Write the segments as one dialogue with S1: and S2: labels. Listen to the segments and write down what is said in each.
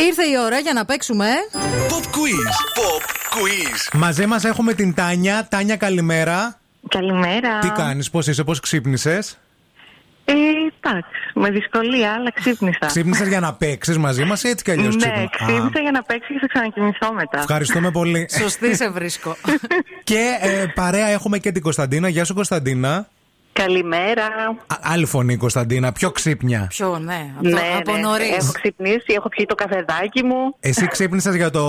S1: η ώρα για να παίξουμε. ε.
S2: Pop quiz. Pop quiz.
S3: Μαζί μας έχουμε την Τάνια. Τάνια, καλημέρα.
S4: Καλημέρα.
S3: Τι κάνεις, πώς είσαι, πώς ξύπνησες.
S4: Ε, εντάξει, με δυσκολία, αλλά ξύπνησα.
S3: Ξύπνησες για να παίξεις μαζί μας ή έτσι κι αλλιώς
S4: Ναι, ξύπνησα για να παίξω και θα ξανακοιμηθώ μετά.
S3: Ευχαριστούμε πολύ.
S1: Σωστή σε βρίσκω.
S3: και ε, παρέα έχουμε και την Κωνσταντίνα. Γεια σου, Κωνσταντίνα.
S4: Καλημέρα.
S3: Α, άλλη φωνή, Κωνσταντίνα, πιο ξύπνια.
S1: Ποιο, ναι. Από,
S4: Ναι,
S1: ναι, από
S4: ναι,
S1: νωρίς.
S4: Έχω ξυπνήσει, έχω πιει το καφεδάκι μου.
S3: Εσύ ξύπνησες για το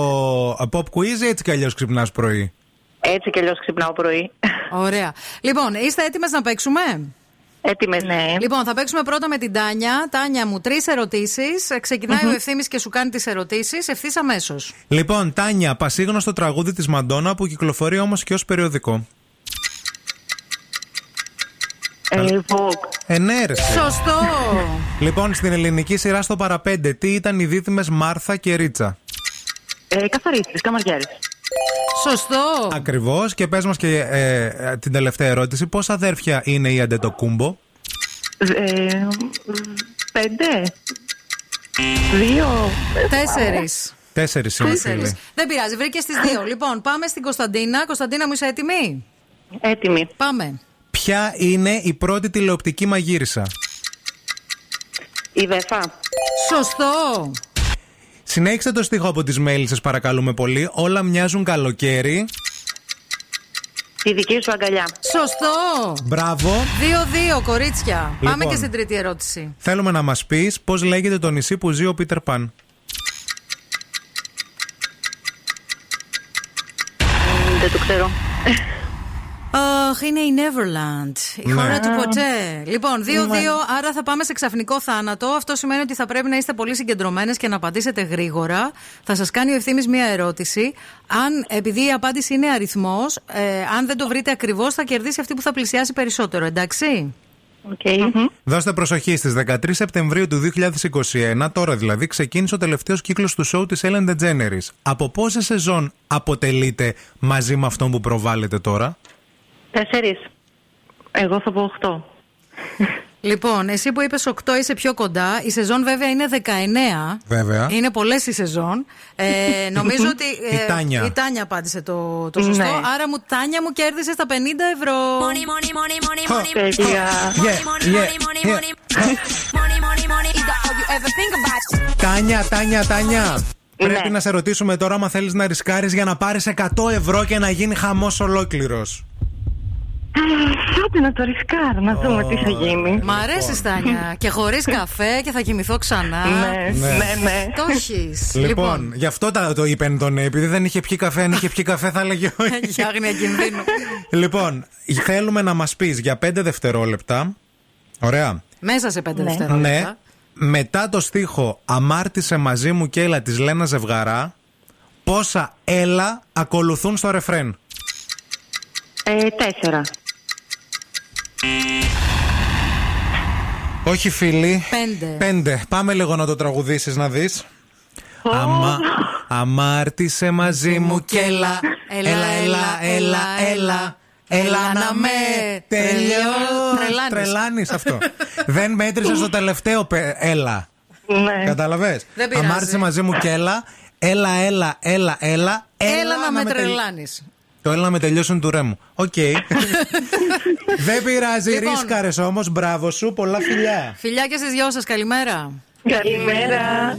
S3: ε, pop quiz ή έτσι κι αλλιώς ξυπνάς πρωί.
S4: Έτσι κι αλλιώς ξυπνάω πρωί.
S1: Ωραία. Λοιπόν, είστε έτοιμες να παίξουμε.
S4: Έτοιμες, ναι.
S1: Λοιπόν, θα παίξουμε πρώτα με την Τάνια. Τάνια μου, τρεις ερωτήσεις. Ξεκινάει ο ευθύνη και σου κάνει τις ερωτήσεις ευθύς αμέσως.
S3: Λοιπόν, Τάνια, πασίγνωστο τραγούδι της Μαντόνα που κυκλοφορεί όμως και ως περιοδικό.
S4: Ε, Vogue.
S3: Ενέρεση.
S1: Σωστό.
S3: ναι, Λοιπόν, στην ελληνική σειρά στο παραπέντε, τι ήταν οι δίδυμες Μάρθα και Ρίτσα.
S4: Ε, Καθαρίτη, καμαριάρη.
S1: Σωστό.
S3: Ακριβώς. Και πες μας και ε, ε, την τελευταία ερώτηση. Πόσα αδέρφια είναι η Αντετοκούμπο.
S4: Ε, μ, πέντε. Δύο.
S1: Τέσσερις.
S3: Τέσσερις είναι φίλοι.
S1: Τέσσερι. Δεν πειράζει, βρήκες τις δύο. Λοιπόν, πάμε στην Κωνσταντίνα. Κωνσταντίνα μου, είσαι έτοιμη.
S4: Έτοιμη.
S1: Πάμε.
S3: Ποια είναι η πρώτη τηλεοπτική μαγείρισα.
S4: Η Βεφά.
S1: Σωστό.
S3: Συνέχισε το στίχο από τις μέλισσες παρακαλούμε πολύ. Όλα μοιάζουν καλοκαίρι.
S4: Η δική σου αγκαλιά.
S1: Σωστό.
S3: Μπράβο.
S1: Δύο-δύο, κορίτσια. Πάμε
S3: Λοιπόν.
S1: και στην τρίτη ερώτηση.
S3: Θέλουμε να μας πεις πώς λέγεται το νησί που ζει ο Πίτερ Παν.
S4: Μ, Δεν το ξέρω.
S1: Αχ, είναι η Neverland. Η
S3: Ναι.
S1: χώρα του ποτέ. Λοιπόν, δύο-δύο, άρα θα πάμε σε ξαφνικό θάνατο. Αυτό σημαίνει ότι θα πρέπει να είστε πολύ συγκεντρωμένες και να απαντήσετε γρήγορα. Θα σας κάνει ο ευθύνης μία ερώτηση. Αν, επειδή η απάντηση είναι αριθμός, αν δεν το βρείτε ακριβώς, θα κερδίσει αυτή που θα πλησιάσει περισσότερο, εντάξει.
S4: Οκ.
S3: Δώστε προσοχή στις 13 Σεπτεμβρίου του 2021, τώρα δηλαδή, ξεκίνησε ο τελευταίος κύκλος του σοου της Ellen DeGeneres. Από πόσες σεζόν αποτελείται μαζί με αυτόν που προβάλλεται τώρα?
S4: Τέσσερις. Εγώ θα πω οχτώ.
S1: Λοιπόν, εσύ που είπες 8 είσαι πιο κοντά. Η σεζόν βέβαια είναι 19.
S3: Βέβαια.
S1: Είναι πολλές οι σεζόν. Ε, νομίζω ότι.
S3: Η Τάνια.
S1: η Τάνια απάντησε το, το σωστό.
S4: Ναι.
S1: Άρα μου, Τάνια μου κέρδισες τα 50 ευρώ.
S5: Money, money, money, money, money.
S4: Παιδιά.
S3: Yeah,
S5: Money,
S3: yeah,
S5: money, money,
S3: yeah.
S5: money. Money, money, money is the all you ever think about.
S3: Τάνια, Τάνια, Τάνια.
S4: Ναι.
S3: Πρέπει να σε ρωτήσουμε τώρα, άμα θέλεις να ρισκάρεις για να πάρεις 100 ευρώ και να γίνει χαμός ολόκληρος.
S4: Άντε να το ρισκάρω, να δούμε τι θα γίνει.
S1: Μ' αρέσει,
S3: Λοιπόν.
S1: Τάνια. και χωρίς καφέ και θα κοιμηθώ ξανά.
S4: Ναι, ναι, ναι.
S1: Το έχεις.
S3: Λοιπόν, γι' αυτό τα- το είπε το ναι, επειδή δεν είχε πιει καφέ. Αν είχε πιει καφέ, θα έλεγε όχι.
S1: για άγνοια κινδύνου.
S3: λοιπόν, θέλουμε να μας πεις για 5 δευτερόλεπτα. Ωραία.
S1: Μέσα σε 5 δευτερόλεπτα.
S3: Ναι. Μετά το στίχο Αμάρτησε μαζί μου και έλα της Λένας Ζευγαρά, πόσα έλα ακολουθούν στο ρεφρέν.
S4: Ε, τέσσερα.
S3: Όχι, φίλοι.
S1: Πέντε.
S3: Πέντε. Πάμε λίγο να το τραγουδήσεις να δεις Αμα, αμάρτησε μαζί μου κι έλα, έλα, έλα, έλα, έλα, έλα να με τελειώ.
S1: Τρελάνεις.
S3: Τρελάνεις αυτό. Δεν μέτρησες το τελευταίο πε- έλα.
S4: Ναι.
S3: Κατάλαβες.
S1: Δεν πειράζει.
S3: Αμάρτησε μαζί μου κι έλα, έλα, έλα, έλα, έλα,
S1: Έλα να με
S3: τελει-
S1: τρελάνεις.
S3: Το έλα να με τελειώσουν του ρέμου. Οκ. Δεν πειράζει,
S1: Λοιπόν.
S3: ρίσκαρες όμως, μπράβο σου, πολλά φιλιά.
S1: Φιλιά και στις δυο σας, καλημέρα.
S4: Καλημέρα.